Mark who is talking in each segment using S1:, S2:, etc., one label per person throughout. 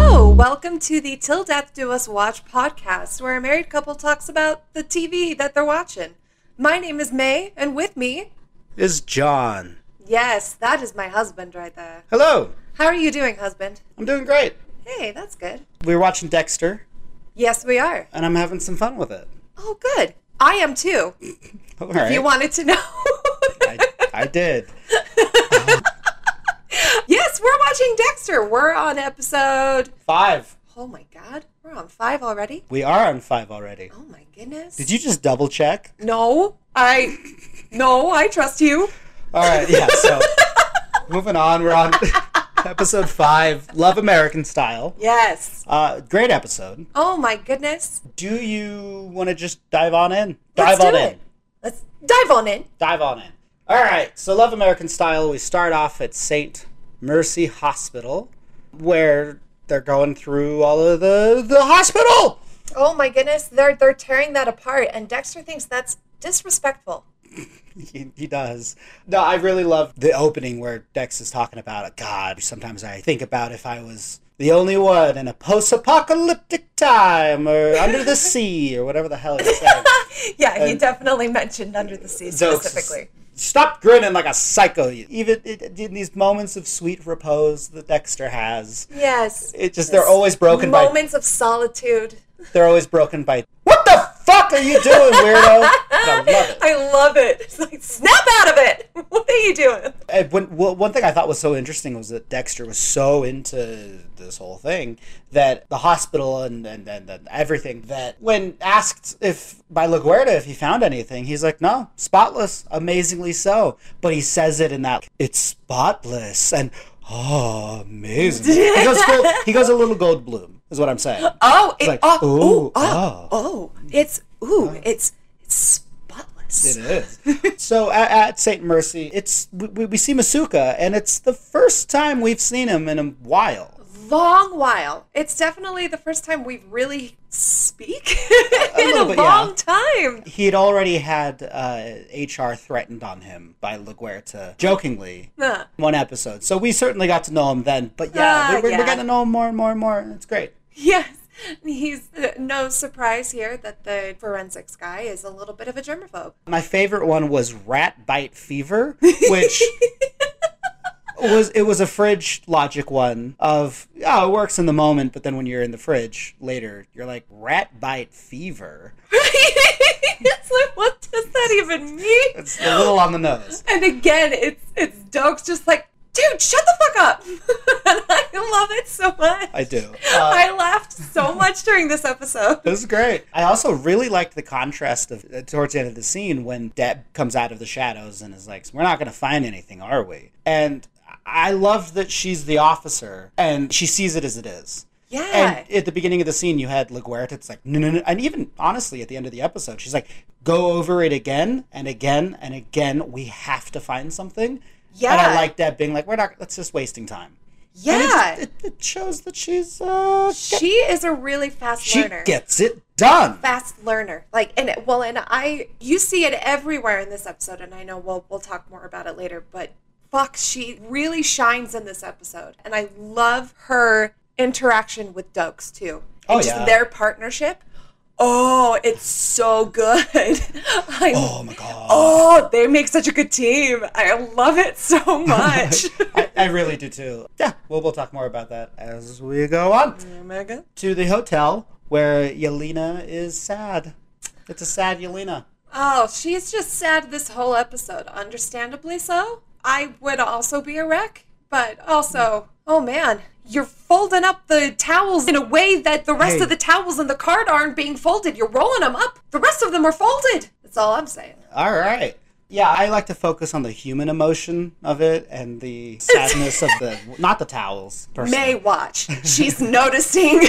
S1: welcome to the Till Death Do Us Watch podcast, where a married couple talks about the TV that they're watching. My name is May, and with me,
S2: is John.
S1: yes, that is my husband right there.
S2: Hello.
S1: How are you doing, husband?
S2: I'm doing great.
S1: Hey, that's good.
S2: We're watching Dexter,
S1: Yes, we are.
S2: and I'm having some fun with it.
S1: Oh, good. I am too.
S2: All right.
S1: You wanted to know.
S2: I, I did.
S1: yes, we're watching Dexter. We're on episode.
S2: Five.
S1: Oh my God, we're on five already.
S2: We are on five already.
S1: Oh my goodness.
S2: Did you just double check?
S1: No, I. No, I trust you.
S2: All right. Yeah. So moving on, we're on episode five, Love American Style.
S1: Yes.
S2: Uh, great episode.
S1: Oh my goodness.
S2: Do you want to just dive on in?
S1: Let's
S2: Dive on
S1: do
S2: in.
S1: it. Let's dive on in.
S2: Dive on in. All right. So, Love American Style, we start off at St. Mercy Hospital, where they're going through all of the, the hospital.
S1: Oh my goodness, they're they're tearing that apart, and Dexter thinks that's disrespectful.
S2: He, he does. No, I really love the opening where Dex is talking about, God, sometimes I think about if I was the only one in a post apocalyptic time or under the sea or whatever the hell he said.
S1: Yeah, he definitely mentioned Under the Sea
S2: Jokes.
S1: specifically.
S2: Stop grinning like a psycho. Even in these moments of sweet repose that Dexter has.
S1: Yes.
S2: It just they're always broken by
S1: Moments of solitude.
S2: they're always broken by what the fuck are you doing weirdo i love it
S1: I love it. It's like snap out of it. What are you doing?
S2: And when, well, one thing i thought was so interesting was that dexter was so into this whole thing that the hospital and, and, and, and everything that when asked if by laguardia if he found anything he's like no spotless amazingly so but he says it in that it's spotless and oh amazing he goes, full, he goes a little gold bloom is what i'm saying
S1: Oh, it,
S2: like,
S1: oh,
S2: ooh,
S1: ooh, oh,
S2: oh.
S1: oh, it's ooh, it's it's spotless.
S2: It is. so at, at St. Mercy, it's we, we see Masuka, and it's the first time we've seen him in a while.
S1: long while. It's definitely the first time we've really speak in a
S2: little bit, yeah.
S1: long time.
S2: He had already had uh, HR threatened on him by LaGuerta, jokingly,
S1: Huh.
S2: one episode. So we certainly got to know him then. But yeah,
S1: Ah,
S2: we're, we're-
S1: yeah.
S2: we're getting to know him more and more and more. and It's great.
S1: Yes. He's uh, no surprise here that the forensics guy is a little bit of a germaphobe.
S2: My favorite one was rat bite fever, which was it was a fridge logic one of oh it works in the moment, but then when you're in the fridge later, you're like rat bite fever.
S1: it's like, what does that even mean?
S2: It's a little on the nose.
S1: And again, it's it's Doak's just like, dude, shut the fuck up. and I love it so much.
S2: I uh, do.
S1: I laughed so much during this episode.
S2: It was great. I also really liked the contrast of uh, towards the end of the scene when Deb comes out of the shadows and is like, "We're not going to find anything, are we?" And I loved that she's the officer and she sees it as it is.
S1: Yeah.
S2: And at the beginning of the scene, you had LaGuerta. It's like, no, no, no. And even honestly, at the end of the episode, she's like, go over it again and again and again. We have to find something. And
S1: Yeah.
S2: I like that being like, we're not, that's just wasting time. And it just-
S1: yeah.
S2: It, it shows that she's, uh,
S1: she is a really fast
S2: she
S1: learner.
S2: gets it done.
S1: fast learner like and it- well and i you see it everywhere in this episode and i know we'll we'll talk more about it later but fuck she really shines in this episode and i love her interaction with dokes too and
S2: Oh,
S1: just
S2: yeah.
S1: their partnership oh it's so good i
S2: Oh
S1: oh.
S2: my God.
S1: they make such a good team. I love it so much.
S2: I, I really do too. Yeah, well, we'll talk more about that as we go on
S1: Omega.
S2: to the hotel where Yelena is sad. It's a sad Yelena.
S1: Oh, she's just sad this whole episode. Understandably so. I would also be a wreck, but also, oh man, you're folding up the towels in a way that the rest
S2: Hey.
S1: of the towels in the card aren't being folded. You're rolling them up. The rest of them are folded. That's all I'm saying.
S2: All right. Yeah, I like to focus on the human emotion of it and the sadness of the not the towels.
S1: May
S2: Personally.
S1: watch. She's noticing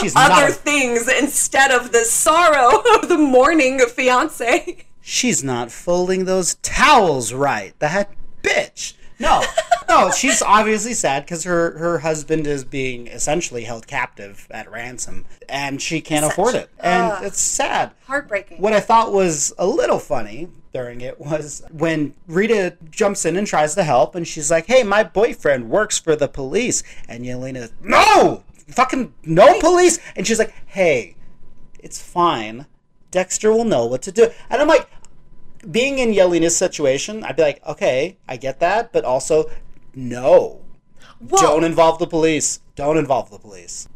S2: She's
S1: other
S2: not.
S1: things instead of the sorrow of the mourning of fiance.
S2: She's not folding those towels right. That bitch. No, no, she's obviously sad because her her husband is being essentially held captive at ransom, and she can't afford it, and it's sad.
S1: Heartbreaking.
S2: What I thought was a little funny during it was when Rita jumps in and tries to help, and she's like, "Hey, my boyfriend works for the police," and Yelena, "No, fucking no police," and she's like, "Hey, it's fine. Dexter will know what to do," and I'm like. Being in Yelena's situation, I'd be like, okay, I get that, but also, no,
S1: Well,
S2: don't involve the police. Don't involve the police.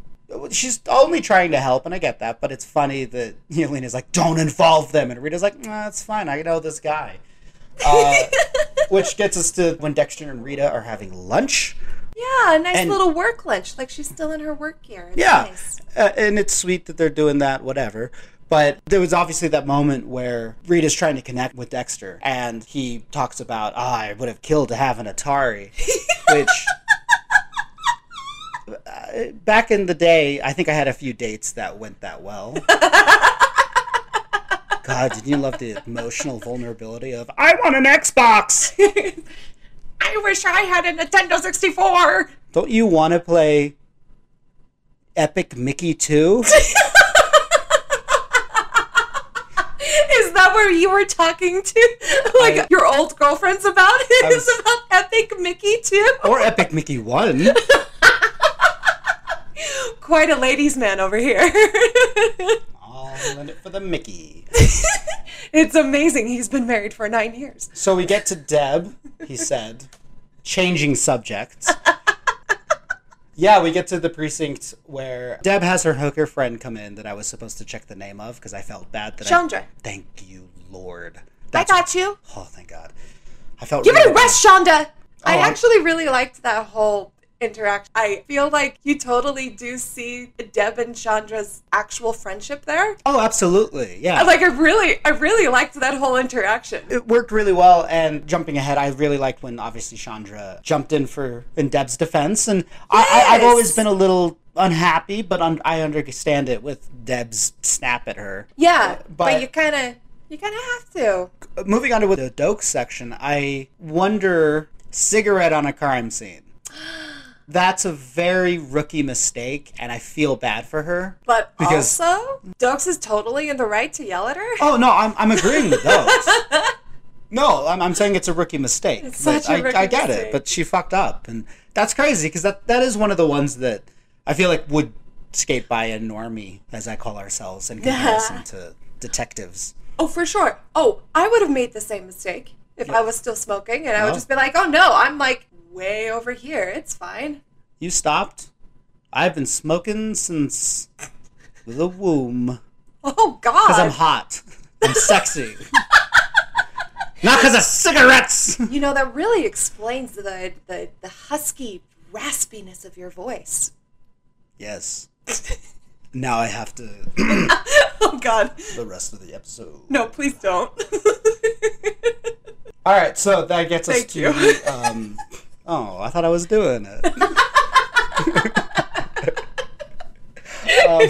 S2: She's only trying to help, and I get that, but it's funny that Yelena's like, don't involve them. And Rita's like, nah, it's fine. I know this guy. Uh, which gets us to when Dexter and Rita are having lunch.
S1: yeah, a nice
S2: and-
S1: little work lunch. Like she's still in her work gear. It's
S2: Yeah.
S1: nice.
S2: Uh, and it's sweet that they're doing that, whatever. But there was obviously that moment where Rita's trying to connect with Dexter, and he talks about, ah, I would have killed to have an Atari, which. Uh, back in the day, I think I had a few dates that went that well. God, didn't you love the emotional vulnerability of, I want an Xbox!
S1: I wish I had a Nintendo 64.
S2: Don't you want to play Epic Mickey 2?
S1: Is that where you were talking to like
S2: I-
S1: your old girlfriends about it?
S2: I
S1: Is
S2: was- Oh.
S1: about Epic Mickey too?
S2: or Epic Mickey 1?
S1: Quite a ladies' man over here.
S2: All in it for the Mickey.
S1: it's amazing. He's been married for nine years.
S2: So we get to Deb, he said, changing subjects. Yeah, we get to the precinct where Deb has her hooker friend come in that I was supposed to check the name of because I felt bad that
S1: Chandra.
S2: I. Thank you, Lord.
S1: I got you.
S2: Oh, thank God. I felt.
S1: Give it
S2: really
S1: a rest, Shonda. I
S2: Oh, I-
S1: actually really liked that whole interaction. I feel like you totally do see Deb and Chandra's actual friendship there.
S2: Oh, absolutely. Yeah.
S1: I- Like I really, I really liked that whole interaction.
S2: it worked really well. And jumping ahead, I really liked when obviously Chandra jumped in for in Deb's defense, and I, I, I've
S1: Yes!
S2: always been a little unhappy, but un- I understand it with Deb's snap at her.
S1: Yeah, but,
S2: but-
S1: you kind of, you kind of have to.
S2: Moving on to the Doke section, I wonder cigarette on a crime scene. That's a very rookie mistake, and I feel bad for her.
S1: But
S2: Because-
S1: also, Dokes is totally in the right to yell at her.
S2: Oh no, I'm, I'm agreeing with those. no, I'm, I'm saying it's a rookie mistake. but
S1: such a
S2: I
S1: rookie
S2: I get
S1: mistake.
S2: it, but she fucked up, and that's crazy because that that is one of the ones that I feel like would skate by a normie, as I call ourselves, in comparison to detectives.
S1: Oh, for sure. Oh, I would have made the same mistake if I was still smoking, and I would
S2: Oh.
S1: just be like, "Oh no, I'm like way over here. It's fine."
S2: You stopped. I've been smoking since the womb
S1: Oh
S2: because I'm
S1: God!
S2: hot. I'm sexy. Not because of cigarettes.
S1: you know that really explains the the the husky raspiness of your voice.
S2: yes. Now I have to
S1: Oh God!
S2: the rest of the episode.
S1: No, please don't.
S2: All right, so that gets
S1: Thank
S2: us to.
S1: you.
S2: the, Um, oh, I thought I was doing it. Um,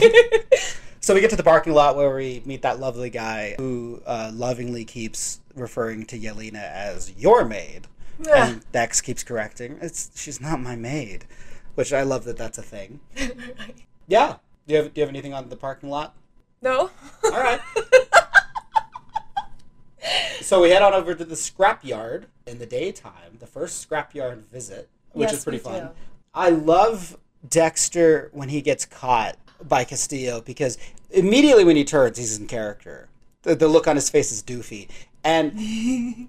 S2: so we get to the parking lot where we meet that lovely guy who uh, lovingly keeps referring to Yelena as your maid,
S1: Yeah.
S2: and Dex keeps correcting. It's she's not my maid, which I love that that's a thing. Yeah. Do you have Do you have anything on the parking lot?
S1: no.
S2: All right. so we head on over to the scrapyard in the daytime, the first scrapyard visit, which
S1: Yes,
S2: is pretty
S1: we
S2: fun.
S1: do.
S2: I love Dexter when he gets caught by Castillo because immediately when he turns, he's in character. The, the look on his face is doofy. And he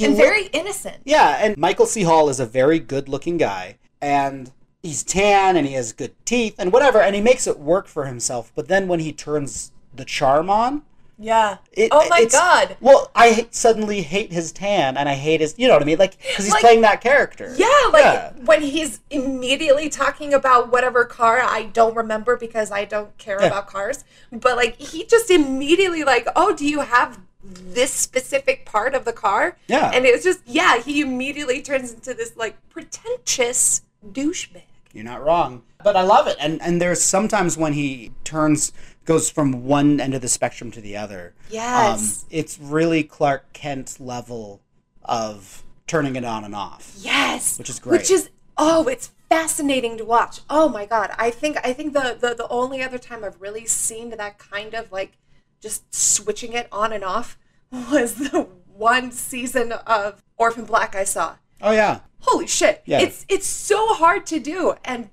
S1: And
S2: look-
S1: very innocent.
S2: yeah, and Michael C. Hall is a very good looking guy, and he's tan and he has good teeth and whatever, and he makes it work for himself. But then when he turns the charm on,
S1: Yeah.
S2: it,
S1: oh my
S2: it's-
S1: God.
S2: Well, I ha- suddenly hate his tan and I hate his, you know what I mean? Like, because he's
S1: Like-
S2: playing that character.
S1: Yeah, like
S2: Yeah.
S1: when he's immediately talking about whatever car I don't remember because I don't care about cars, but like he just immediately like, "Oh, do you have this specific part of the car?"
S2: Yeah.
S1: And it's just yeah, he immediately turns into this like pretentious douchebag.
S2: You're not wrong. But I love it. And and there's sometimes when he turns goes from one end of the spectrum to the other. Um,
S1: Yes.
S2: it's really Clark Kent level of turning it on and off.
S1: Yes.
S2: Which is great.
S1: Which is oh, it's fascinating to watch. Oh my god. I think I think the the, the only other time I've really seen that kind of like just switching it on and off was the one season of Orphan Black I saw.
S2: Oh yeah.
S1: Holy shit.
S2: Yeah.
S1: It's it's so hard to do and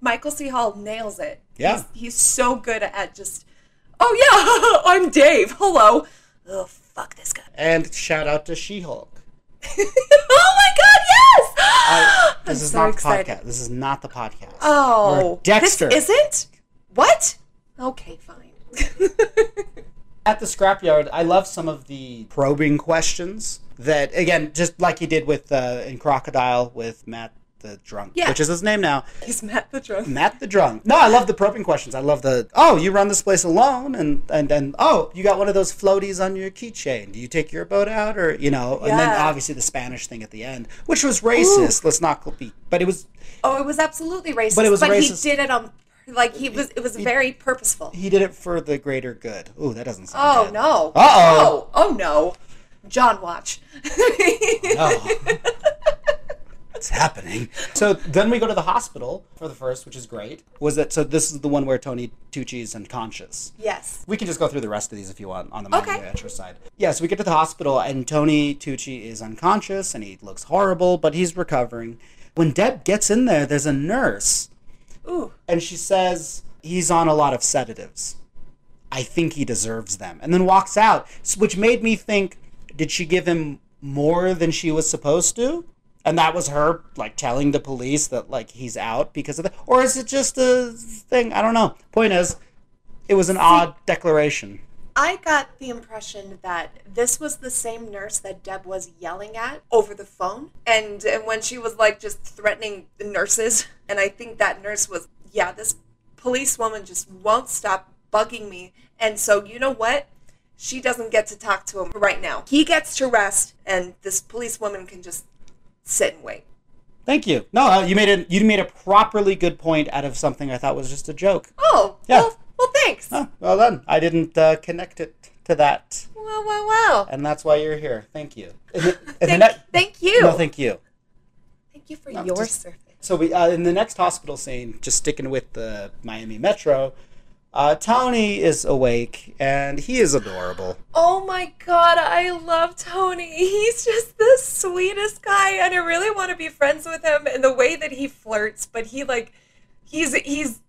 S1: Michael C. Hall nails it.
S2: Yeah.
S1: He's, he's so good at just Oh yeah, I'm Dave. Hello. Oh fuck this guy.
S2: And shout out to She-Hulk.
S1: oh my god, yes!
S2: I-
S1: I'm
S2: this is
S1: so
S2: not the
S1: excited.
S2: podcast. This is not the podcast.
S1: Oh,
S2: We're Dexter.
S1: This isn't? What? Okay, fine.
S2: At the scrapyard, I love some of the probing questions that, again, just like he did with uh, in Crocodile with Matt the Drunk,
S1: Yeah.
S2: which is his name now.
S1: He's Matt the drunk.
S2: Matt the Drunk. No, I love the probing questions. I love the oh, you run this place alone, and and then oh, you got one of those floaties on your keychain. Do you take your boat out, or you know? And then
S1: Yeah.
S2: obviously the Spanish thing at the end, which was racist. Let's not be, but it was
S1: Oh, it was absolutely racist.
S2: But it was
S1: he
S2: racist.
S1: did it on like he was. It was very purposeful.
S2: he did it for the greater good. Ooh, that doesn't sound.
S1: Oh
S2: good.
S1: no.
S2: Uh-oh.
S1: Oh, oh no. John, watch.
S2: Oh, No. it's happening. So then we go to the hospital for the first, which is great. Was that so? This is the one where Tony Tucci is unconscious.
S1: yes.
S2: We can just go through the rest of these if you want on the Miami
S1: Okay.
S2: Adventure side. Yeah, so we get to the hospital and Tony Tucci is unconscious and he looks horrible, but he's recovering. When Deb gets in there, there's a nurse
S1: Ooh.
S2: and she says he's on a lot of sedatives. I think he deserves them, and then walks out, s- which made me think: Did she give him more than she was supposed to? And that was her like telling the police that like he's out because of that, or is it just a thing? I don't know. Point is, it was an odd declaration.
S1: I got the impression that this was the same nurse that Deb was yelling at over the phone, and and when she was like just threatening the nurses, and I think that nurse was, yeah, this police woman just won't stop bugging me, and so you know what? She doesn't get to talk to him right now. He gets to rest, and this police woman can just sit and wait.
S2: Thank you. No, uh, you made a you made a properly good point out of something I thought was just a joke.
S1: Oh,
S2: Yeah.
S1: well, well, thanks.
S2: Oh, well done. I didn't uh, connect it to that,
S1: Wow, wow, wow.
S2: and that's why you're here. Thank you. And the- and the
S1: Thank,
S2: ne-
S1: thank you.
S2: No, thank you.
S1: thank you for your
S2: just-
S1: service.
S2: So we uh, in the next hospital scene, just sticking with the Miami Metro. Uh, Tony is awake and he is adorable.
S1: Oh my god, I love Tony. He's just the sweetest guy and I really want to be friends with him and the way that he flirts, but he like he's he's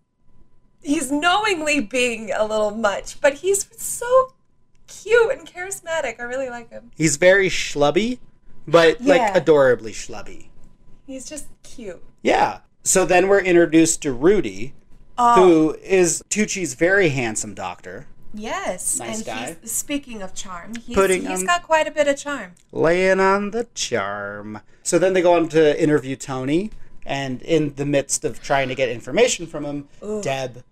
S1: he's knowingly being a little much, but he's so cute and charismatic. I really like him.
S2: He's very schlubby, but like
S1: Yeah.
S2: adorably schlubby.
S1: He's just cute.
S2: Yeah. So then we're introduced to Rudy,
S1: Oh,
S2: who is Tucci's very handsome doctor,
S1: yes.
S2: Nice
S1: and
S2: guy.
S1: he's speaking of charm, he's,
S2: Putting
S1: he's
S2: on-
S1: got quite a bit of charm.
S2: laying on the charm. So then they go on to interview Tony, and in the midst of trying to get information from him, Deb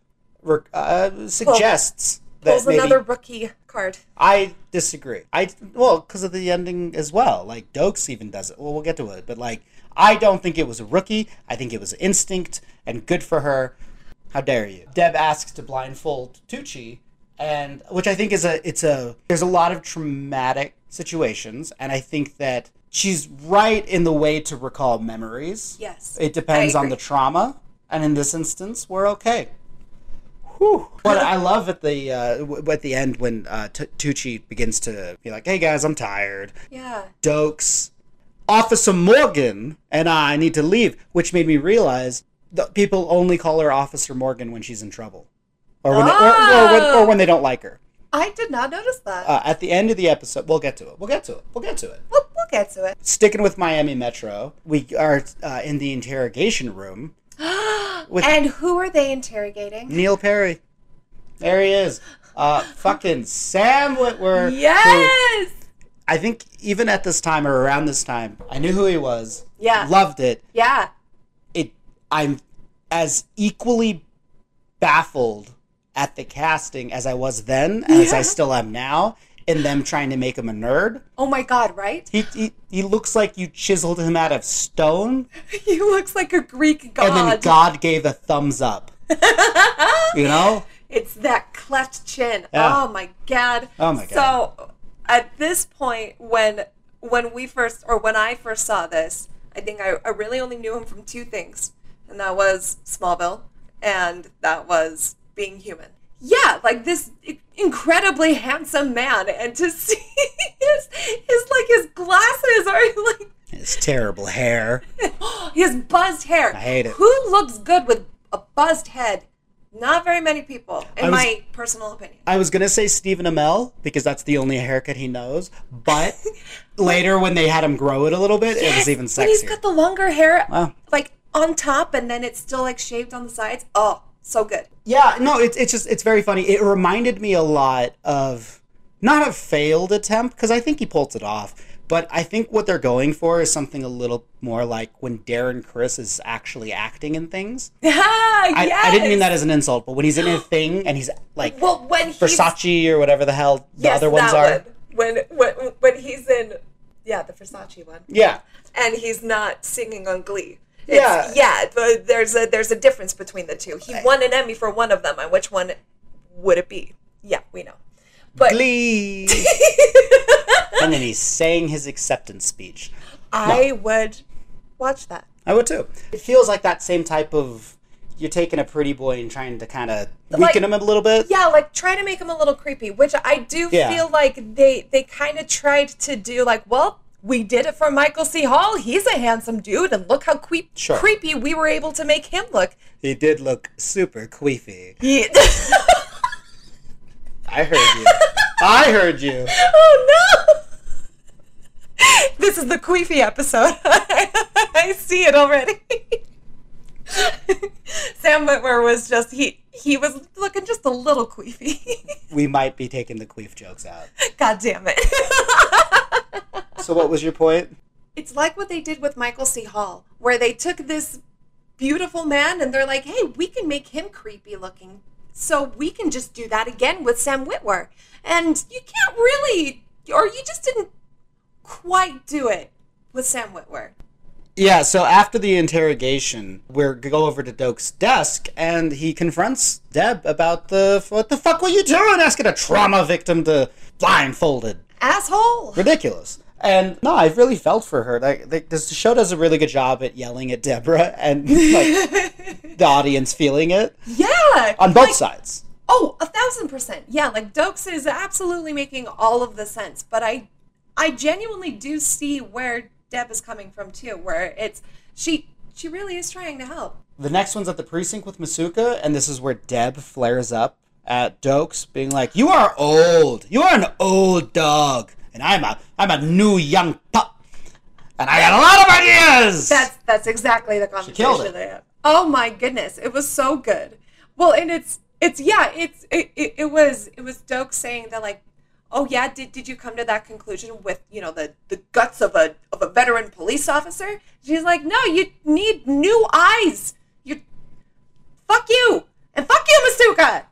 S2: rec- uh, suggests
S1: Pulls
S2: that maybe
S1: another rookie card.
S2: I disagree. I well, because of the ending as well. Like Dokes even does it. Well, we'll get to it, but like I don't think it was a rookie. I think it was instinct, and good for her. How dare you? Deb asks to blindfold Tucci, and which I think is a it's a there's a lot of traumatic situations, and I think that she's right in the way to recall memories.
S1: Yes.
S2: It depends
S1: I
S2: on the
S1: agree.
S2: trauma, and in this instance, we're okay. Whew. What I love at the uh, w- at the end when uh, T- Tucci begins to be like, "Hey guys, I'm tired."
S1: Yeah.
S2: Dokes, Officer Morgan, and I need to leave, which made me realize that people only call her Officer Morgan when she's in trouble, or when they, or, or, when, or when they don't like her.
S1: I did not notice that.
S2: Uh, at the end of the episode, we'll get to it. We'll get to it. We'll get to it.
S1: we'll, we'll get to it.
S2: Sticking with Miami Metro, we are uh, in the interrogation room. With-
S1: and who are they interrogating?
S2: Neil Perry. There he is. Uh, fucking Sam Whitwer. who
S1: Yes.
S2: I think even at this time or around this time, I knew who he was.
S1: Yeah.
S2: Loved it.
S1: Yeah.
S2: It. I'm as equally baffled at the casting as I was then, as I
S1: Yeah.
S2: still am now, in them trying to make him a nerd.
S1: Oh my God! Right?
S2: He he, he looks like you chiseled him out of stone,
S1: He looks like a Greek god.
S2: and then God gave a thumbs up. you know.
S1: It's that cleft chin.
S2: Yeah.
S1: Oh my god.
S2: Oh my
S1: So at this point when when we first or when I first saw this, I think I, I really only knew him from two things. And that was Smallville and that was being human. yeah, like this incredibly handsome man, and to see his, his like his glasses are like
S2: His terrible hair.
S1: his buzzed hair.
S2: I hate it.
S1: Who looks good with a buzzed head? Not very many people, in
S2: I was-
S1: my personal opinion.
S2: I was gonna say Stephen Amell because that's the only haircut he knows, but later when they had him grow it a little bit, it was even
S1: When he's
S2: sexier.
S1: got the longer hair,
S2: Wow.
S1: like on top, and then it's still like shaved on the sides. Oh, so good.
S2: yeah, no, it's it's just it's very funny. It reminded me a lot of not a failed attempt because I think he pulled it off, but I think what they're going for is something a little more like when Darren Chris is actually acting in things. I,
S1: yes.
S2: I didn't mean that as an insult, but when he's in a thing and he's like
S1: Well, when he's
S2: Versace or whatever the hell the
S1: yes,
S2: other ones
S1: that
S2: are.
S1: one. When when when he's in, yeah, the Versace one,
S2: Yeah.
S1: and he's not singing on Glee.
S2: Yeah.
S1: It's, yeah, but there's a there's a difference between the two. He won an Emmy for one of them, and which one would it be? Yeah, we know. But
S2: Glee. and then he sang his acceptance speech.
S1: I would watch that.
S2: I would too. It feels like that same type of you're taking a pretty boy and trying to kind of weaken
S1: Like-
S2: him a little bit.
S1: yeah like try to make him a little creepy which i do
S2: Yeah.
S1: feel like they they kind of tried to do like well we did it for michael c hall he's a handsome dude and look how creep-
S2: Sure.
S1: creepy we were able to make him look
S2: He did look super queefy.
S1: He-
S2: I heard you. I heard you.
S1: oh no this is the queefy episode i see it already sam whitwer was just he he was looking just a little queefy
S2: We might be taking the queef jokes out.
S1: god damn it
S2: So what was your point?
S1: it's like what they did with Michael C. Hall, where they took this beautiful man and they're like, hey, we can make him creepy looking. So we can just do that again with Sam Witwer. And you can't really, or you just didn't quite do it with Sam Witwer.
S2: Yeah, so after the interrogation, we're go over to Doak's desk and he confronts Deb about the what the fuck were you doing asking a trauma victim to blindfolded
S1: Asshole!
S2: ridiculous. And no, I've really felt for her. Like, like this the show does a really good job at yelling at Deborah and like the audience feeling it
S1: Yeah!
S2: on both sides.
S1: Oh, a thousand percent. Yeah, like Dokes is absolutely making all of the sense, but I I genuinely do see where Deb is coming from too, where it's she she really is trying to help.
S2: The next one's at the precinct with Masuka, and this is where Deb flares up at Dokes, being like, "You are old. You are an old dog, and I'm a I'm a new young pup, and I got a lot of ideas."
S1: That's that's exactly the
S2: killed
S1: conversation
S2: it.
S1: they had. Oh my goodness, it was so good. Well, and it's it's yeah, it's it, it, it was it was Doak saying that like, oh yeah, did, did you come to that conclusion with you know the the guts of a of a veteran police officer? She's like, no, you need new eyes. You, fuck you and fuck you, Masuka.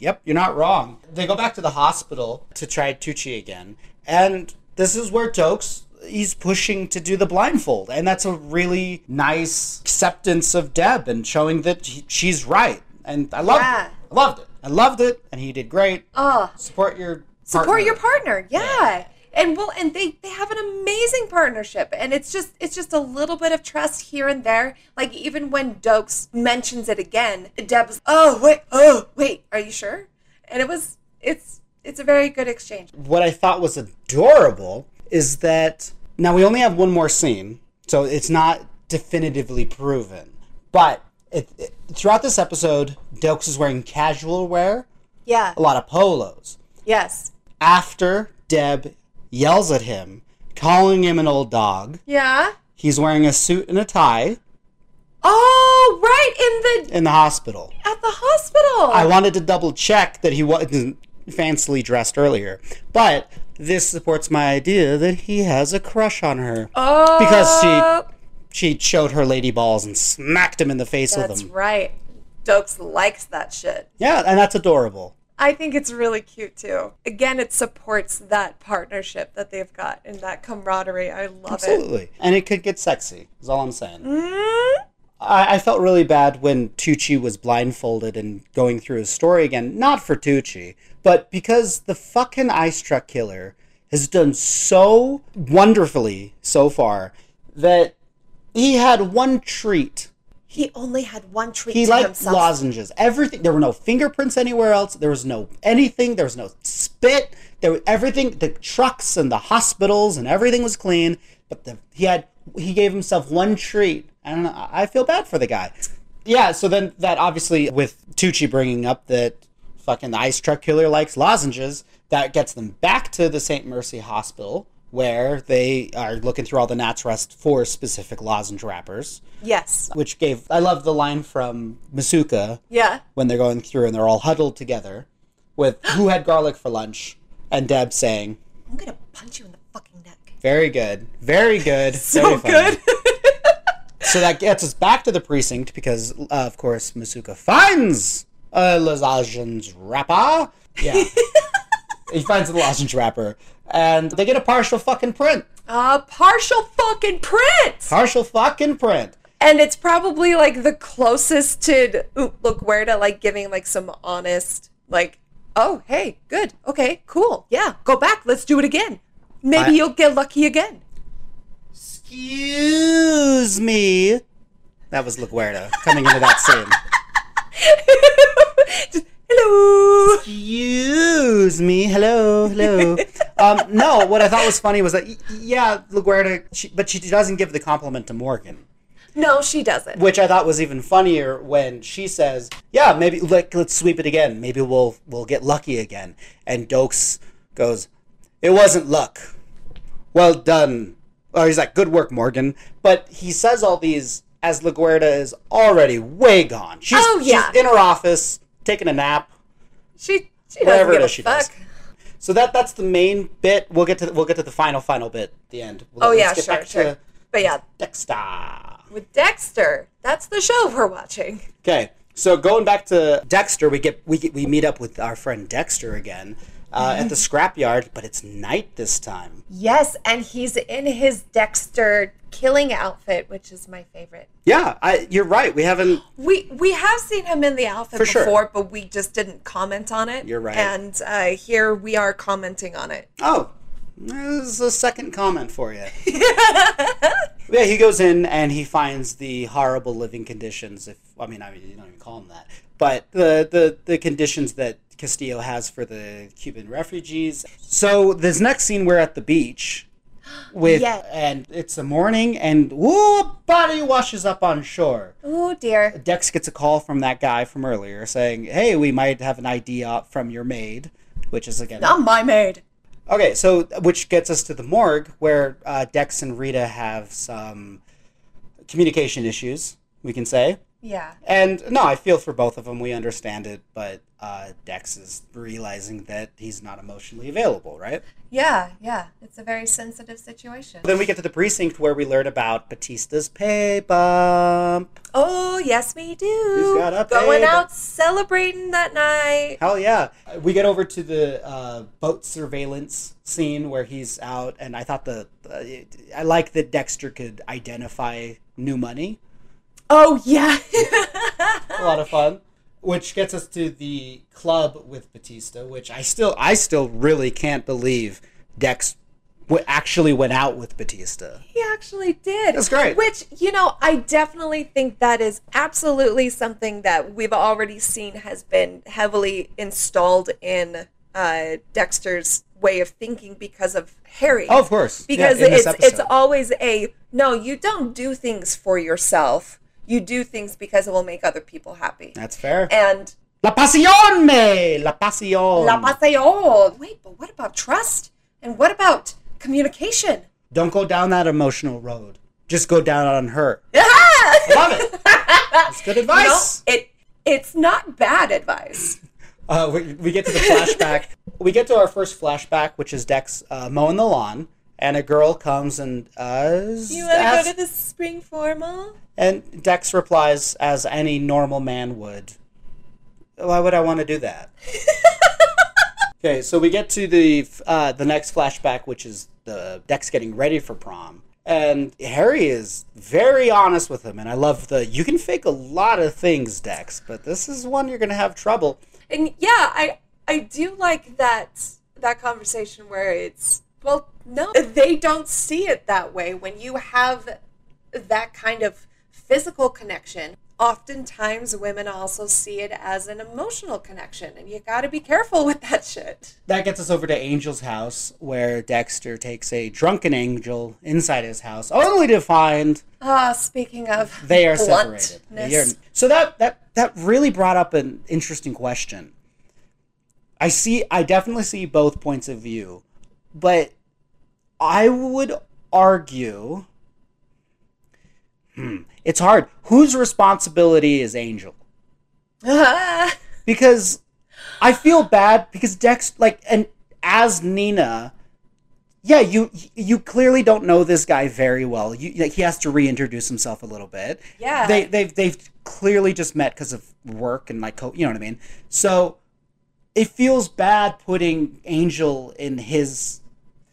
S2: Yep, you're not wrong. They go back to the hospital to try Tucci again. And this is where Dokes he's pushing to do the blindfold. And that's a really nice acceptance of Deb and showing that he- she's right. And I loved
S1: Yeah.
S2: it. I loved it. I loved it. And he did great.
S1: Ugh.
S2: Support your
S1: support
S2: partner.
S1: your partner yeah. and well and they they have an amazing partnership and it's just it's just a little bit of trust here and there like even when dokes mentions it again deb's oh wait oh wait are you sure and it was it's it's a very good exchange
S2: what I thought was adorable is that now we only have one more scene, so it's not definitively proven. But it, it, throughout this episode, Dokes is wearing casual wear,
S1: yeah
S2: a lot of polos.
S1: yes
S2: After Deb yells at him, calling him an old dog,
S1: yeah
S2: he's wearing a suit and a tie
S1: oh right in the
S2: in the hospital.
S1: at the hospital
S2: I wanted to double check that he wasn't fancily dressed earlier, but this supports my idea that he has a crush on her.
S1: oh
S2: because she- she showed her lady balls and smacked him in the face with
S1: that's
S2: them.
S1: right dokes likes that shit
S2: Yeah, and that's adorable.
S1: I think it's really cute too. Again, it supports that partnership that they've got and that camaraderie. I love
S2: Absolutely. And it could get sexy, is all I'm saying.
S1: it. Mm,
S2: I, I felt really bad when Tucci was blindfolded and going through his story again. Not for Tucci, but because the fucking Ice Truck Killer has done so wonderfully so far that he had one treat.
S1: He only had one treat
S2: He
S1: to
S2: liked
S1: himself.
S2: lozenges. Everything. There were no fingerprints anywhere else. There was no anything. There was no spit. There was everything. The trucks and the hospitals and everything was clean. But the, he had he gave himself one treat. I don't know. I- I feel bad for the guy. Yeah. So then that obviously with Tucci bringing up that fucking the ice truck killer likes lozenges, that gets them back to the St. Mercy Hospital where they are looking through all the Nats Rest for specific lozenge wrappers
S1: yes.
S2: which gave I love the line from Masuka
S1: Yeah.
S2: when they're going through and they're all huddled together with who had garlic for lunch and Deb saying,
S1: I'm gonna punch you in the fucking neck.
S2: "Very good, very good,
S1: So
S2: very funny."
S1: Oh, good.
S2: So that gets us back to the precinct because, uh, of course, Masuka finds a lozenges wrapper. Yeah, he finds the lozenge wrapper, and they get a partial fucking print.
S1: A Uh, partial fucking print.
S2: Partial fucking print.
S1: and it's probably like the closest to Oop LaGuardia, like giving like some honest, like, oh, hey, good, okay, cool, yeah, go back, let's do it again. Maybe
S2: I-
S1: you'll get lucky again.
S2: Excuse me. That was LaGuardia coming into that scene.
S1: Just, Hello.
S2: excuse me hello hello um, no what i thought was funny was that y- yeah laguardia she, but she doesn't give the compliment to morgan
S1: No, she doesn't.
S2: which i thought was even funnier when she says yeah maybe like let's sweep it again maybe we'll we'll get lucky again and dokes goes it wasn't luck well done or he's like good work morgan but he says all these as laguardia is already way gone she's,
S1: Oh, yeah.
S2: she's in her office taking a nap
S1: She she doesn't
S2: Whatever
S1: give
S2: it
S1: a
S2: is she
S1: fuck.
S2: does. So that that's the main bit. We'll get to the, we'll get to the final final bit, at the end. We'll-
S1: Oh yeah,
S2: let's get
S1: sure,
S2: back
S1: sure.
S2: to
S1: But yeah,
S2: Dexter.
S1: with Dexter, that's the show we're watching.
S2: Okay, so going back to Dexter, we get we get, we meet up with our friend Dexter again uh, at the scrapyard, but it's night this time.
S1: Yes, and he's in his Dexter killing outfit, which is my favorite.
S2: Yeah, I, you're right. We haven't.
S1: We we have seen him in the outfit
S2: For sure.
S1: before, but we just didn't comment on it.
S2: You're right.
S1: And uh, here we are commenting on it.
S2: Oh, there's a second comment for you. yeah, he goes in and he finds the horrible living conditions. If I mean, I mean, you don't even call them that, but the the the conditions that Castillo has for the Cuban refugees. So this next scene, we're at the beach. With
S1: Yes.
S2: and it's the morning and whoa, a body washes up on shore.
S1: Oh dear.
S2: Dex gets a call from that guy from earlier saying, "Hey, we might have an idea from your maid," which is again
S1: Not my maid.
S2: Okay, so which gets us to the morgue where uh, Dex and Rita have some communication issues, we can say.
S1: Yeah.
S2: And no, I feel for both of them. We understand it, but uh, Dex is realizing that he's not emotionally available, right?
S1: Yeah, yeah. It's a very sensitive situation.
S2: Then we get to the precinct where we learn about Batista's pay bump.
S1: Oh yes we do.
S2: got a
S1: Going
S2: babe.
S1: out celebrating that night.
S2: Hell yeah. We get over to the uh, boat surveillance scene where he's out, and I thought the. Uh, I like that Dexter could identify new money.
S1: Oh yeah.
S2: a lot of fun. Which gets us to the club with Batista, which I still, I still really can't believe Dex w- actually went out with Batista.
S1: He actually did.
S2: That's great.
S1: Which, you know, I definitely think that is absolutely something that we've already seen has been heavily installed in uh, Dexter's way of thinking because of Harry.
S2: Oh, of course, Yeah,
S1: Because
S2: in this
S1: it's it's
S2: episode.
S1: always a no, you don't do things for yourself. You do things because it will make other people happy.
S2: that's fair.
S1: And
S2: La pasión, me la pasión.
S1: La Paseo. Wait, but what about trust? And what about communication?
S2: Don't go down that emotional road. Just go down on her. Love it. That's good
S1: You know,
S2: advice.
S1: it it's not bad advice.
S2: Uh, we, we get to the flashback. we get to our first flashback, which is Dex uh, mowing the lawn, and a girl comes and uh,
S1: You want to
S2: asks-
S1: go to the spring formal?
S2: And Dex replies, as any normal man would, "Why would I want to do that?" okay, so we get to the uh, the next flashback, which is the Dex getting ready for prom, and Harry is very honest with him, and I love the "you can fake a lot of things, Dex, but this is one you're gonna have trouble."
S1: And yeah, I I do like that that conversation where it's well, no, they don't see it that way when you have that kind of physical connection, oftentimes women also see it as an emotional connection. And you got to be careful with that shit.
S2: That gets us over to Angel's house, where Dexter takes a drunken Angel inside his house, only to find
S1: Ah, speaking of,
S2: they are
S1: bluntness.
S2: separated. They are- so that that that really brought up an interesting question. I see. I definitely see both points of view, but I would argue. Hmm, it's hard. Whose responsibility is Angel?
S1: Ah,
S2: because I feel bad because Dex like and as Nina, yeah, you you clearly don't know this guy very well. You like he has to reintroduce himself a little bit.
S1: Yeah.
S2: they they've they've clearly just met because of work and like co- you know what I mean. So it feels bad putting Angel in his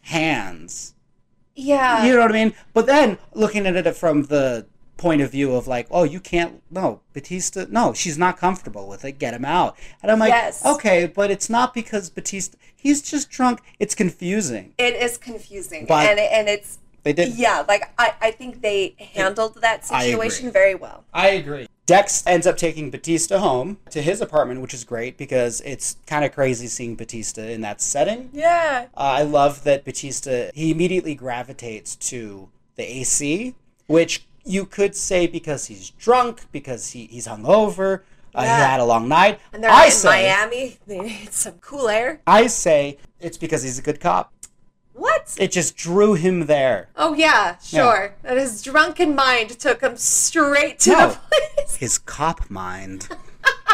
S2: hands.
S1: yeah.
S2: You know what I mean? But then looking at it from the point of view of like, oh, you can't. No, Batista. No, she's not comfortable with it. Get him out. And I'm like,
S1: Yes.
S2: okay, but it's not because Batista. He's just drunk. It's confusing.
S1: it is confusing.
S2: But-
S1: and, and it's,
S2: They did.
S1: yeah, like I, I think they handled that
S2: I agree.
S1: situation very well.
S2: I agree. Dex ends up taking Batista home to his apartment, which is great because it's kind of crazy seeing Batista in that setting.
S1: Yeah.
S2: Uh, I love that Batista he immediately gravitates to the AC, which you could say because he's drunk, because he, he's hungover, uh, he
S1: Yeah.
S2: had a long night.
S1: And they're
S2: I
S1: in
S2: say,
S1: Miami. They need some cool air.
S2: I say it's because he's a good cop.
S1: What?
S2: It just drew him there.
S1: Oh yeah, sure. That his drunken mind took him straight to
S2: No.
S1: the place.
S2: His cop mind.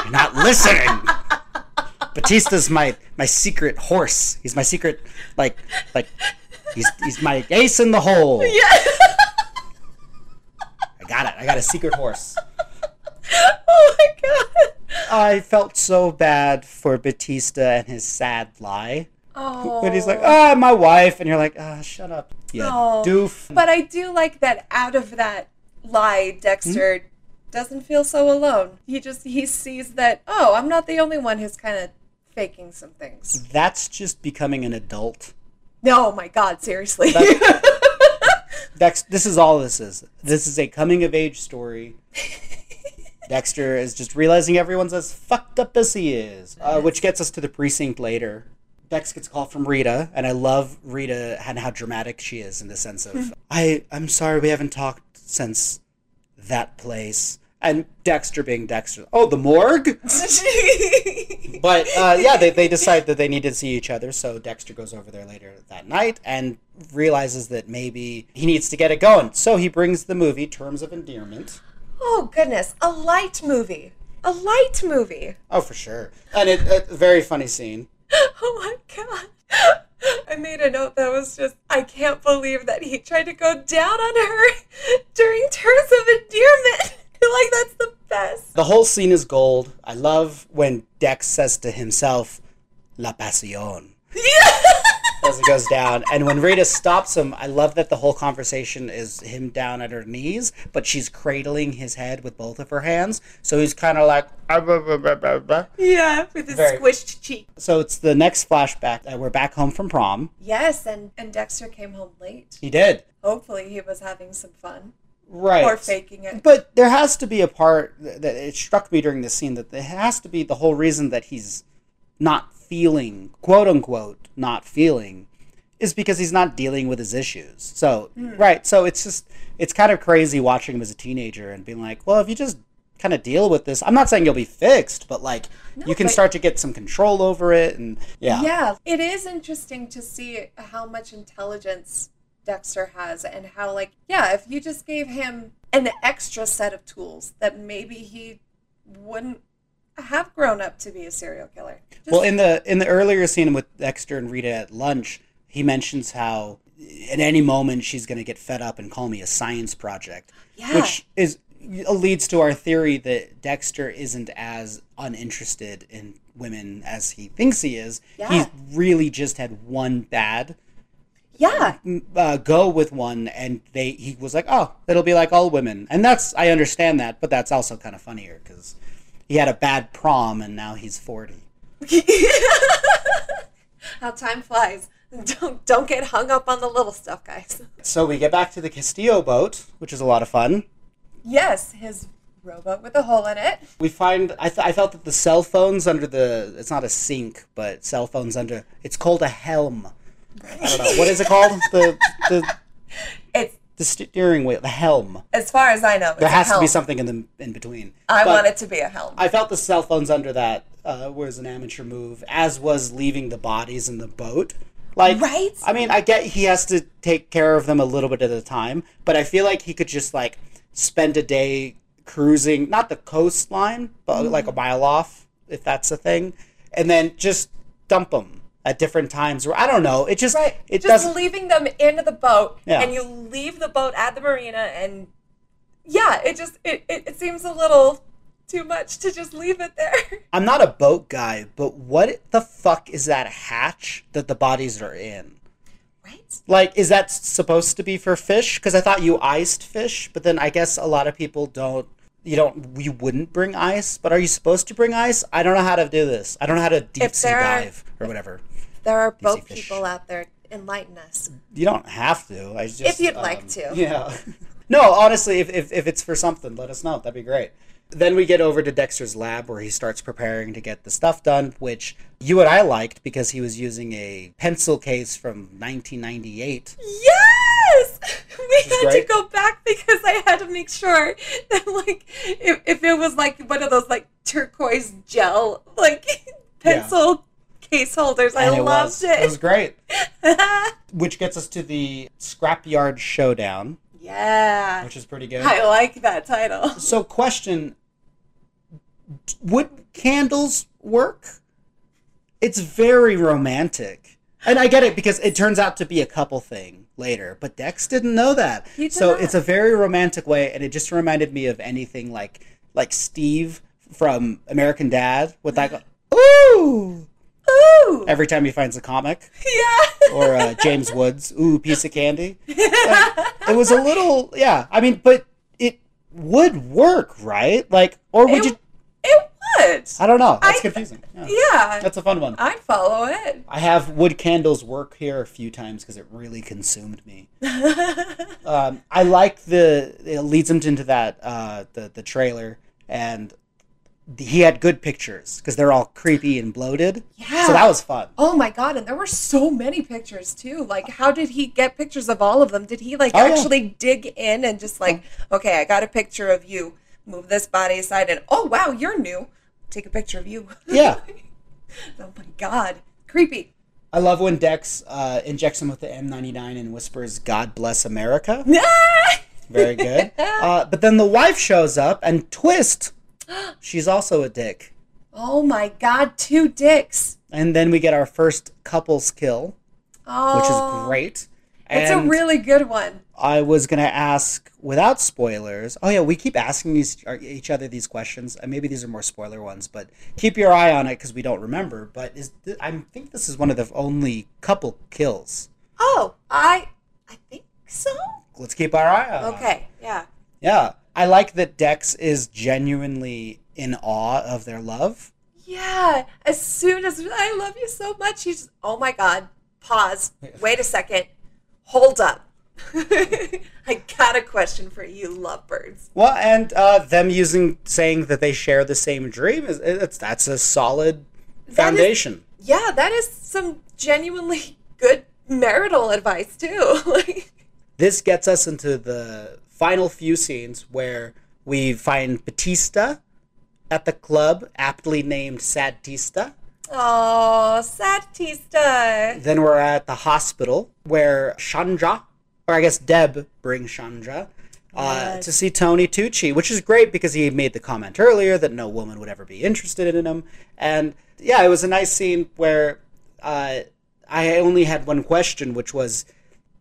S2: You're not listening. Batista's my my secret horse. He's my secret like like he's he's my ace in the hole.
S1: Yeah.
S2: I got it. I got a secret horse.
S1: oh my god.
S2: I felt so bad for Batista and his sad lie.
S1: Oh.
S2: But he's like, ah, my wife. And you're like, ah, shut up. Yeah,
S1: Oh.
S2: doof.
S1: But I do like that out of that lie, Dexter
S2: Hmm?
S1: doesn't feel so alone. He just he sees that, oh, I'm not the only one who's kind of faking some
S2: Hmm.
S1: things.
S2: That's just becoming an adult.
S1: No, my god, seriously.
S2: Dex, this is all this is. This is a coming of age story. Dexter is just realizing everyone's as fucked up as he is, uh, which gets us to the precinct later. Dex gets a call from Rita, and I love Rita and how dramatic she is in the sense of I I'm sorry we haven't talked since that place, and Dexter being Dexter. Oh, the morgue. But uh, yeah, they, they decide that they need to see each other, so Dexter goes over there later that night and realizes that maybe he needs to get it going. So he brings the movie Terms of Endearment.
S1: oh goodness, a light movie. A light movie.
S2: Oh, for sure. And it, a very funny scene.
S1: Oh my god. I made a note that was just, I can't believe that he tried to go down on her during terms of endearment. like, that's the best.
S2: The whole scene is gold. I love when Dex says to himself, La Pasión,
S1: Yeah.
S2: as it goes down. And when Rita stops him, I love that the whole conversation is him down at her knees, but she's cradling his head with both of her hands. So he's kind of like, "Ah, blah, blah, blah, blah, blah."
S1: yeah, with his
S2: Very-
S1: squished cheek.
S2: So it's the next flashback. Uh, we're back home from prom.
S1: Yes, and, and Dexter came home late.
S2: He did.
S1: Hopefully, he was having some fun
S2: Right.
S1: or faking it.
S2: But there has to be a part th- that it struck me during the scene that there has to be the whole reason that he's not feeling, quote unquote, not feeling, is because he's not dealing with his issues. So, right. So it's just, it's kind of crazy watching him as a teenager and being like, well, if you just kind of deal with this, I'm not saying you'll be fixed, but like, you can
S1: but-
S2: start to get some control over it. And yeah.
S1: Yeah, it is interesting to see how much intelligence Dexter has and how, like, yeah, if you just gave him an extra set of tools that maybe he wouldn't have grown up to be a serial killer. Just-
S2: Well, in the in the earlier scene with Dexter and Rita at lunch, he mentions how at any moment she's going to get fed up and call me a science project,
S1: Yeah.
S2: which is leads to our theory that Dexter isn't as uninterested in women as he thinks he is.
S1: Yeah.
S2: He's really just had one bad
S1: yeah,
S2: uh, go with one, and they he was like, "Oh, it'll be like all women," and that's I understand that, but that's also kind of funnier because he had a bad prom and now he's forty.
S1: how time flies. Don't don't get hung up on the little stuff, guys.
S2: So we get back to the Castillo boat, which is a lot of fun.
S1: Yes, his robot with a hole in it.
S2: We find I, th- I felt that the cell phones under the it's not a sink, but cell phones under it's called a helm. I don't know what is it called the the
S1: It's
S2: the steering wheel the helm.
S1: as far as I know. It's
S2: There has
S1: a helm.
S2: to be something in the in between.
S1: I
S2: But
S1: want it to be a helm.
S2: I felt the cell phones under that uh, was an amateur move, as was leaving the bodies in the boat. Like,
S1: Right?
S2: I mean, I get he has to take care of them a little bit at a time, but I feel like he could just like spend a day cruising, not the coastline, but
S1: Mm-hmm.
S2: like a mile off, if that's a thing, and then just dump them at different times. Or I don't know. It just
S1: Right.
S2: it
S1: just
S2: doesn't.
S1: leaving them into the boat
S2: Yeah.
S1: and you leave the boat at the marina and yeah, it just it, it, it seems a little too much to just leave it there.
S2: I'm not a boat guy, but what the fuck is that hatch that the bodies are in?
S1: Right?
S2: Like, is that supposed to be for fish? Because I thought you iced fish, but then I guess a lot of people don't. You don't. You wouldn't bring ice, but are you supposed to bring ice? I don't know how to do this. I don't know how to deep sea
S1: there are-
S2: dive or whatever.
S1: There are
S2: Easy
S1: boat
S2: fish.
S1: people out there. Enlighten us.
S2: You don't have to. I just uh,
S1: If you'd like to.
S2: um, Yeah. no, honestly, if, if if it's for something, let us know. That'd be great. Then we get over to Dexter's lab where he starts preparing to get the stuff done, which you and I liked because he was using a pencil case from 1998.
S1: Yes! We
S2: is
S1: had to
S2: great.
S1: go back because I had to make sure that like if, if it was like one of those like turquoise gel like pencil case holders. I
S2: And it
S1: loved
S2: was- It was
S1: it.
S2: great. Which gets us to the Scrapyard Showdown,
S1: yeah.
S2: which is pretty good.
S1: I like that title.
S2: So, question Would candles work? It's very romantic. And I get it because it turns out to be a couple thing later, but Dex didn't know that.
S1: He did
S2: so
S1: not.
S2: it's a very romantic way, and it just reminded me of anything like like Steve from American Dad with that ooh
S1: Ooh.
S2: every time he finds a comic.
S1: yeah.
S2: or uh, James Woods, ooh, piece of candy. Like, it was a little, yeah. I mean, but it would work, right? Like, or would
S1: It-
S2: you?
S1: It would.
S2: I don't know. That's
S1: I-
S2: confusing. Yeah.
S1: Yeah.
S2: That's a fun one.
S1: I'd follow it.
S2: I have wood candles work here a few times because it really consumed me. um, I like the it leads him into that uh, the the trailer and he had good pictures because they're all creepy and bloated.
S1: Yeah.
S2: So that was fun.
S1: Oh my god, and there were so many pictures too. Like how did he get pictures of all of them? Did he like
S2: Oh, yeah.
S1: actually dig in and just like, okay, I got a picture of you. Move this body aside and oh wow, you're new. Take a picture of you.
S2: Yeah.
S1: oh my god. Creepy.
S2: I love when Dex uh, injects him with the M99 and whispers, God bless America.
S1: Ah!
S2: Very good. Uh, but then the wife shows up and twist, she's also a dick.
S1: oh my god, two dicks.
S2: And then we get our first couples kill, which
S1: Oh
S2: is great.
S1: It's a
S2: And
S1: really good one.
S2: I was going to ask without spoilers. Oh, yeah, we keep asking these, our- each other these questions. And maybe these are more spoiler ones, but keep your eye on it because we don't remember. But is th- I think this is one of the only couple kills.
S1: Oh, I I think so.
S2: Let's keep our eye on it.
S1: Okay, yeah.
S2: Yeah. I like that Dex is genuinely in awe of their love.
S1: Yeah, as soon as I love you so much, he's oh my god. Pause. Wait a second. Hold up. I got a question for you, lovebirds.
S2: Well, and uh, them using saying that they share the same dream is it's, that's a solid foundation.
S1: Yeah, that is some genuinely good marital advice too. Like,
S2: This gets us into the final few scenes where we find Batista at the club, aptly named Sadtista.
S1: oh, Satista.
S2: Then we're at the hospital where Chandra, or I guess Deb, brings Chandra uh,
S1: Yes.
S2: to see Tony Tucci, which is great because he made the comment earlier that no woman would ever be interested in him. And yeah, it was a nice scene where uh, I only had one question, which was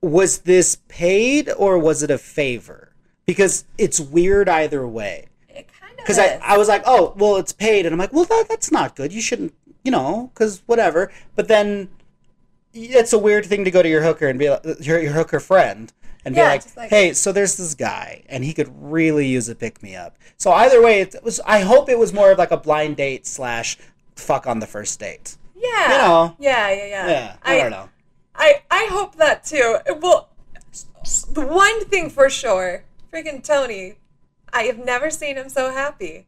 S2: was this paid or was it a favor? Because it's weird either way
S1: It kind of
S2: because I, I was like, oh, well, it's paid, and I'm like, well, that that's not good. You shouldn't, you know, because whatever. But then, it's a weird thing to go to your hooker and be like, your your hooker friend and
S1: Yeah,
S2: be like,
S1: just like-
S2: hey, so there's this guy, and he could really use a pick me up. So either way, it was. I hope it was more of like a blind date slash fuck on the first date.
S1: yeah.
S2: you know.
S1: Yeah, yeah, yeah.
S2: Yeah, I, don't know.
S1: I I hope that too. Well, the one thing for sure, freaking Tony, I have never seen him so happy.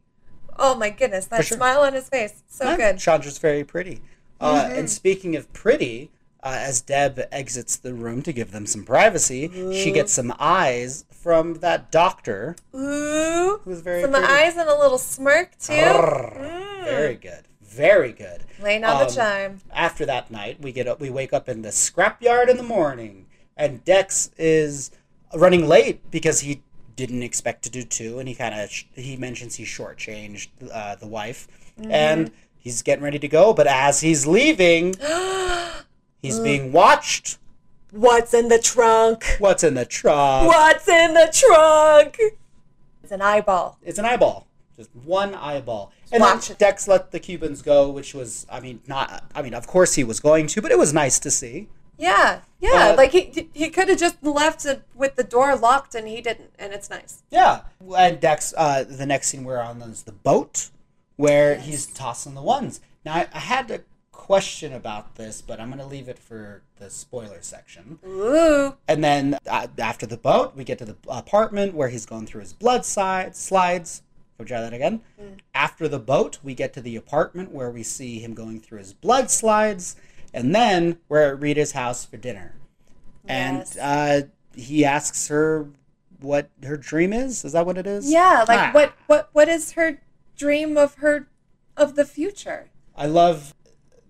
S1: Oh my goodness, that
S2: sure.
S1: smile on his face, so
S2: Yeah,
S1: good.
S2: Chandra's very pretty. Uh, And speaking of pretty, uh, as Deb exits the room to give them some privacy, she gets some eyes from that doctor.
S1: Ooh,
S2: was very
S1: some
S2: pretty.
S1: eyes and a little smirk too.
S2: Brrr. Very good. Very good.
S1: Laying on
S2: Um,
S1: the chime.
S2: After that night, we get up, we wake up in the scrapyard in the morning, and Dex is running late because he didn't expect to do two, and he kind of he mentions he shortchanged uh, the wife,
S1: Mm-hmm.
S2: and he's getting ready to go. But as he's leaving, he's being watched.
S1: What's in the trunk?
S2: What's in the trunk?
S1: What's in the trunk? It's an eyeball.
S2: It's an eyeball. Just one eyeball. And
S1: watch
S2: then
S1: it.
S2: Dex let the Cubans go, which was, I mean, not, I mean, of course he was going to, but it was nice to see.
S1: Yeah, yeah.
S2: Uh,
S1: like he he could have just left it with the door locked, and he didn't, and it's nice.
S2: Yeah. And Dex, uh, the next scene we're on is the boat where he's tossing the ones. Now, I, I had a question about this, but I'm going to leave it for the spoiler section.
S1: Ooh,
S2: And then uh, after the boat, we get to the apartment where he's going through his blood side, slides. Go try that again. After the boat, we get to the apartment where we see him going through his blood slides. And then we're at Rita's house for dinner.
S1: Yes.
S2: And uh, he asks her what her dream is. Is that what it is?
S1: yeah. Like
S2: Ah.
S1: what what what is her dream of her of the future?
S2: I love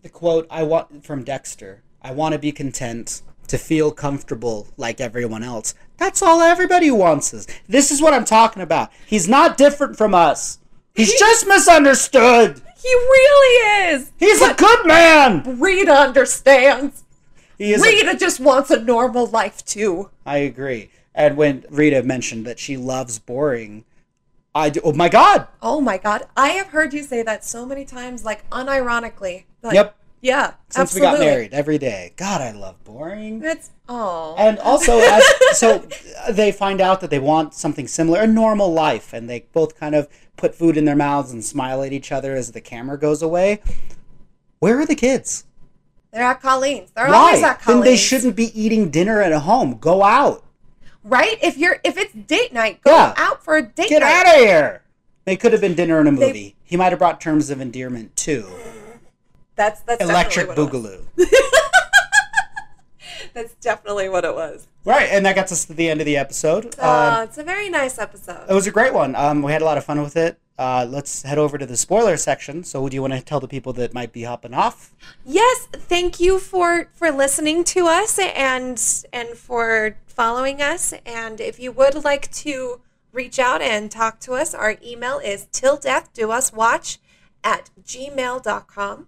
S2: the quote I want from Dexter. I want to be content to feel comfortable like everyone else. That's all everybody wants is. This is what I'm talking about. He's not different from us. He's just misunderstood.
S1: He really is.
S2: He's a good man.
S1: Rita understands.
S2: He is. a-
S1: Rita just wants a normal life too.
S2: I agree. And when Rita mentioned that she loves boring, I do. Oh my god.
S1: Oh my god, I have heard you say that so many times, like unironically. Like,
S2: Yep.
S1: Yeah.
S2: Since
S1: absolutely.
S2: we got married, every day. God, I love boring.
S1: It's oh.
S2: And also, as, so uh, they find out that they want something similar, a normal life, and they both kind of put food in their mouths and smile at each other as the camera goes away. Where are the kids?
S1: They're at Colleen's. They're always
S2: Why?
S1: at Colleen's.
S2: Then they shouldn't be eating dinner at home. Go out.
S1: Right? If you're if it's date night, go
S2: Yeah.
S1: out for a date
S2: Get
S1: night.
S2: out of here. They could have been dinner and a movie. He might have brought Terms of Endearment too.
S1: That's that's
S2: Electric
S1: definitely what it was.
S2: Boogaloo.
S1: That's definitely what it was.
S2: right, and that gets us to the end of the episode. Um,
S1: Uh, it's a very nice episode.
S2: It was a great one. Um, we had a lot of fun with it. Uh, let's head over to the spoiler section. So, do you want to tell the people that might be hopping off?
S1: yes thank you for for listening to us and and for following us and if you would like to reach out and talk to us our email is till death do us watch at gmail.com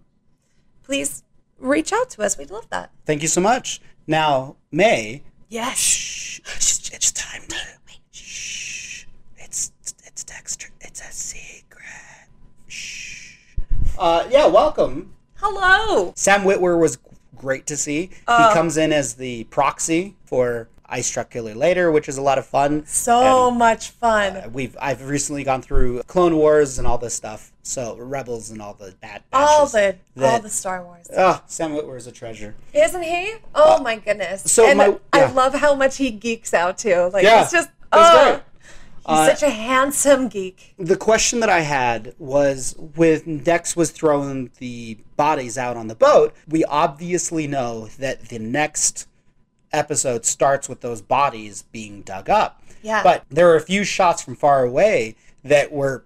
S1: please reach out to us we'd love that
S2: Thank you so much. Now, May,
S1: yes
S2: shh, it's, it's time to shh. It's it's Dexter. It's a secret. Shh. Uh, yeah, welcome.
S1: hello
S2: Sam Whitwer was great to see. he comes in as the proxy for I Struck Killer Later, which is a lot of fun.
S1: so much fun
S2: We've I've recently gone through Clone Wars and all this stuff, so Rebels and all the bad batches.
S1: all the all
S2: that-
S1: the star wars
S2: Ah, Sam Witwer is a treasure.
S1: isn't he oh my goodness
S2: so
S1: and
S2: my- yeah.
S1: i love how much he geeks out too like
S2: Yeah,
S1: it's just
S2: he's
S1: oh
S2: great. Uh,
S1: he's such a handsome geek
S2: The question that I had was when Dex was throwing the bodies out on the boat, we obviously know that the next episode starts with those bodies being dug up.
S1: Yeah.
S2: But there were a few shots from far away that were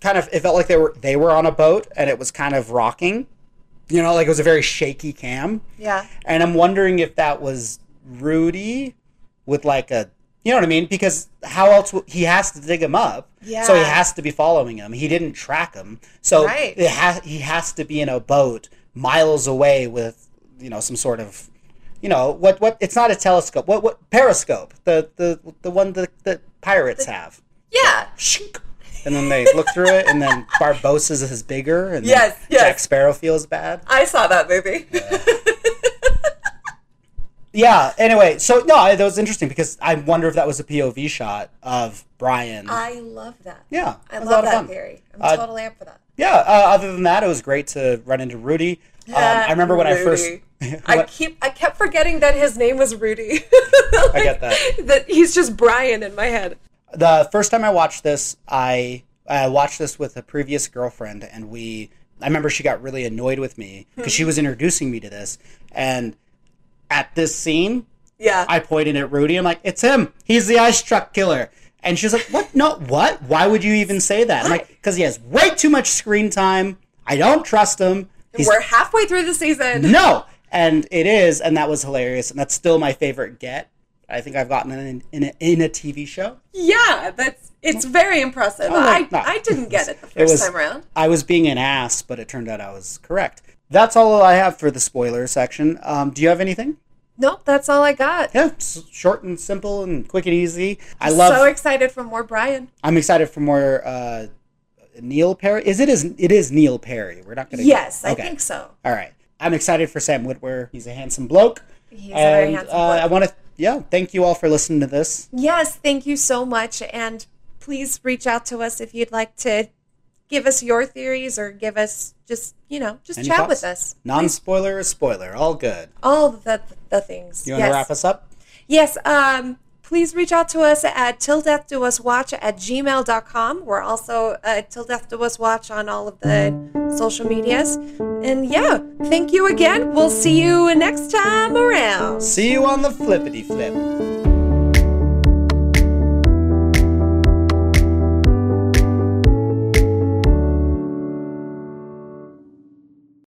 S2: kind of it felt like they were they were on a boat and it was kind of rocking. You know, like it was a very shaky cam.
S1: Yeah.
S2: And I'm wondering if that was Rudy with like a, you know what I mean? Because how else w- he has to dig him up. So he
S1: Yeah.
S2: has to be following him. He didn't track him. So
S1: Right.
S2: it ha- he has to be in a boat miles away with, you know, some sort of, you know, what, what, it's not a telescope. What, what, periscope, the, the, the one that, that pirates have.
S1: Yeah.
S2: Shink. And then they look through it, and then Barbosa's is bigger, and then
S1: Yes, yes.
S2: Jack Sparrow feels bad.
S1: I saw that movie.
S2: Yeah. Anyway, so no, I, that was interesting because I wonder if that was a POV shot of Brian.
S1: I love that.
S2: yeah,
S1: I
S2: it was a
S1: love
S2: lot of
S1: that
S2: fun.
S1: theory. I'm
S2: Uh,
S1: totally up for that.
S2: Yeah. Uh, other than that, it was great to run into Rudy. Um, I remember when I first.
S1: Rudy. I
S2: what-
S1: keep I kept forgetting that his name was Rudy.
S2: I get that.
S1: that he's just Brian in my head.
S2: The first time I watched this, I I watched this with a previous girlfriend, and we. I remember she got really annoyed with me because
S1: Hmm.
S2: she was introducing me to this, and at this scene,
S1: Yeah.
S2: I pointed at Rudy. I'm like, "It's him. He's the ice truck killer." And she's like, "What? No, what? Why would you even say that?" I'm like, "Because he has way too much screen time. I don't trust him. He's Mm-hmm.
S1: We're halfway through the season.
S2: no." And it is, and that was hilarious, and that's still my favorite get. I think I've gotten in in a, in a TV show.
S1: Yeah, that's it's very impressive.
S2: Oh, no,
S1: I,
S2: no.
S1: I didn't get it the first
S2: It was-
S1: time around.
S2: I was being an ass, but it turned out I was correct. That's all I have for the spoiler section. Um, do you have anything?
S1: Nope, that's all I got.
S2: Yeah, s- short and simple and quick and easy. I love.
S1: so excited for more Brian.
S2: I'm excited for more uh, Neil Perry. Is it is it is Neil Perry? We're not gonna.
S1: Yes, I
S2: Okay.
S1: think so.
S2: All right. I'm excited for Sam Witwer. He's a handsome bloke.
S1: He's a very handsome
S2: uh,
S1: bloke.
S2: I want to. Yeah, thank you all for listening to this.
S1: Yes, thank you so much. And please reach out to us if you'd like to give us your theories or give us just, you know, just
S2: Any
S1: chat
S2: thoughts?
S1: with us.
S2: Non spoiler or spoiler, all good.
S1: All the, the things.
S2: You want
S1: yes.
S2: to wrap us up?
S1: Yes. Um, please reach out to us at till death do us watch at gmail.com. We're also uh, till death do us watch on all of the social medias. And yeah, thank you again. We'll see you next time around.
S2: See you on the flippity flip.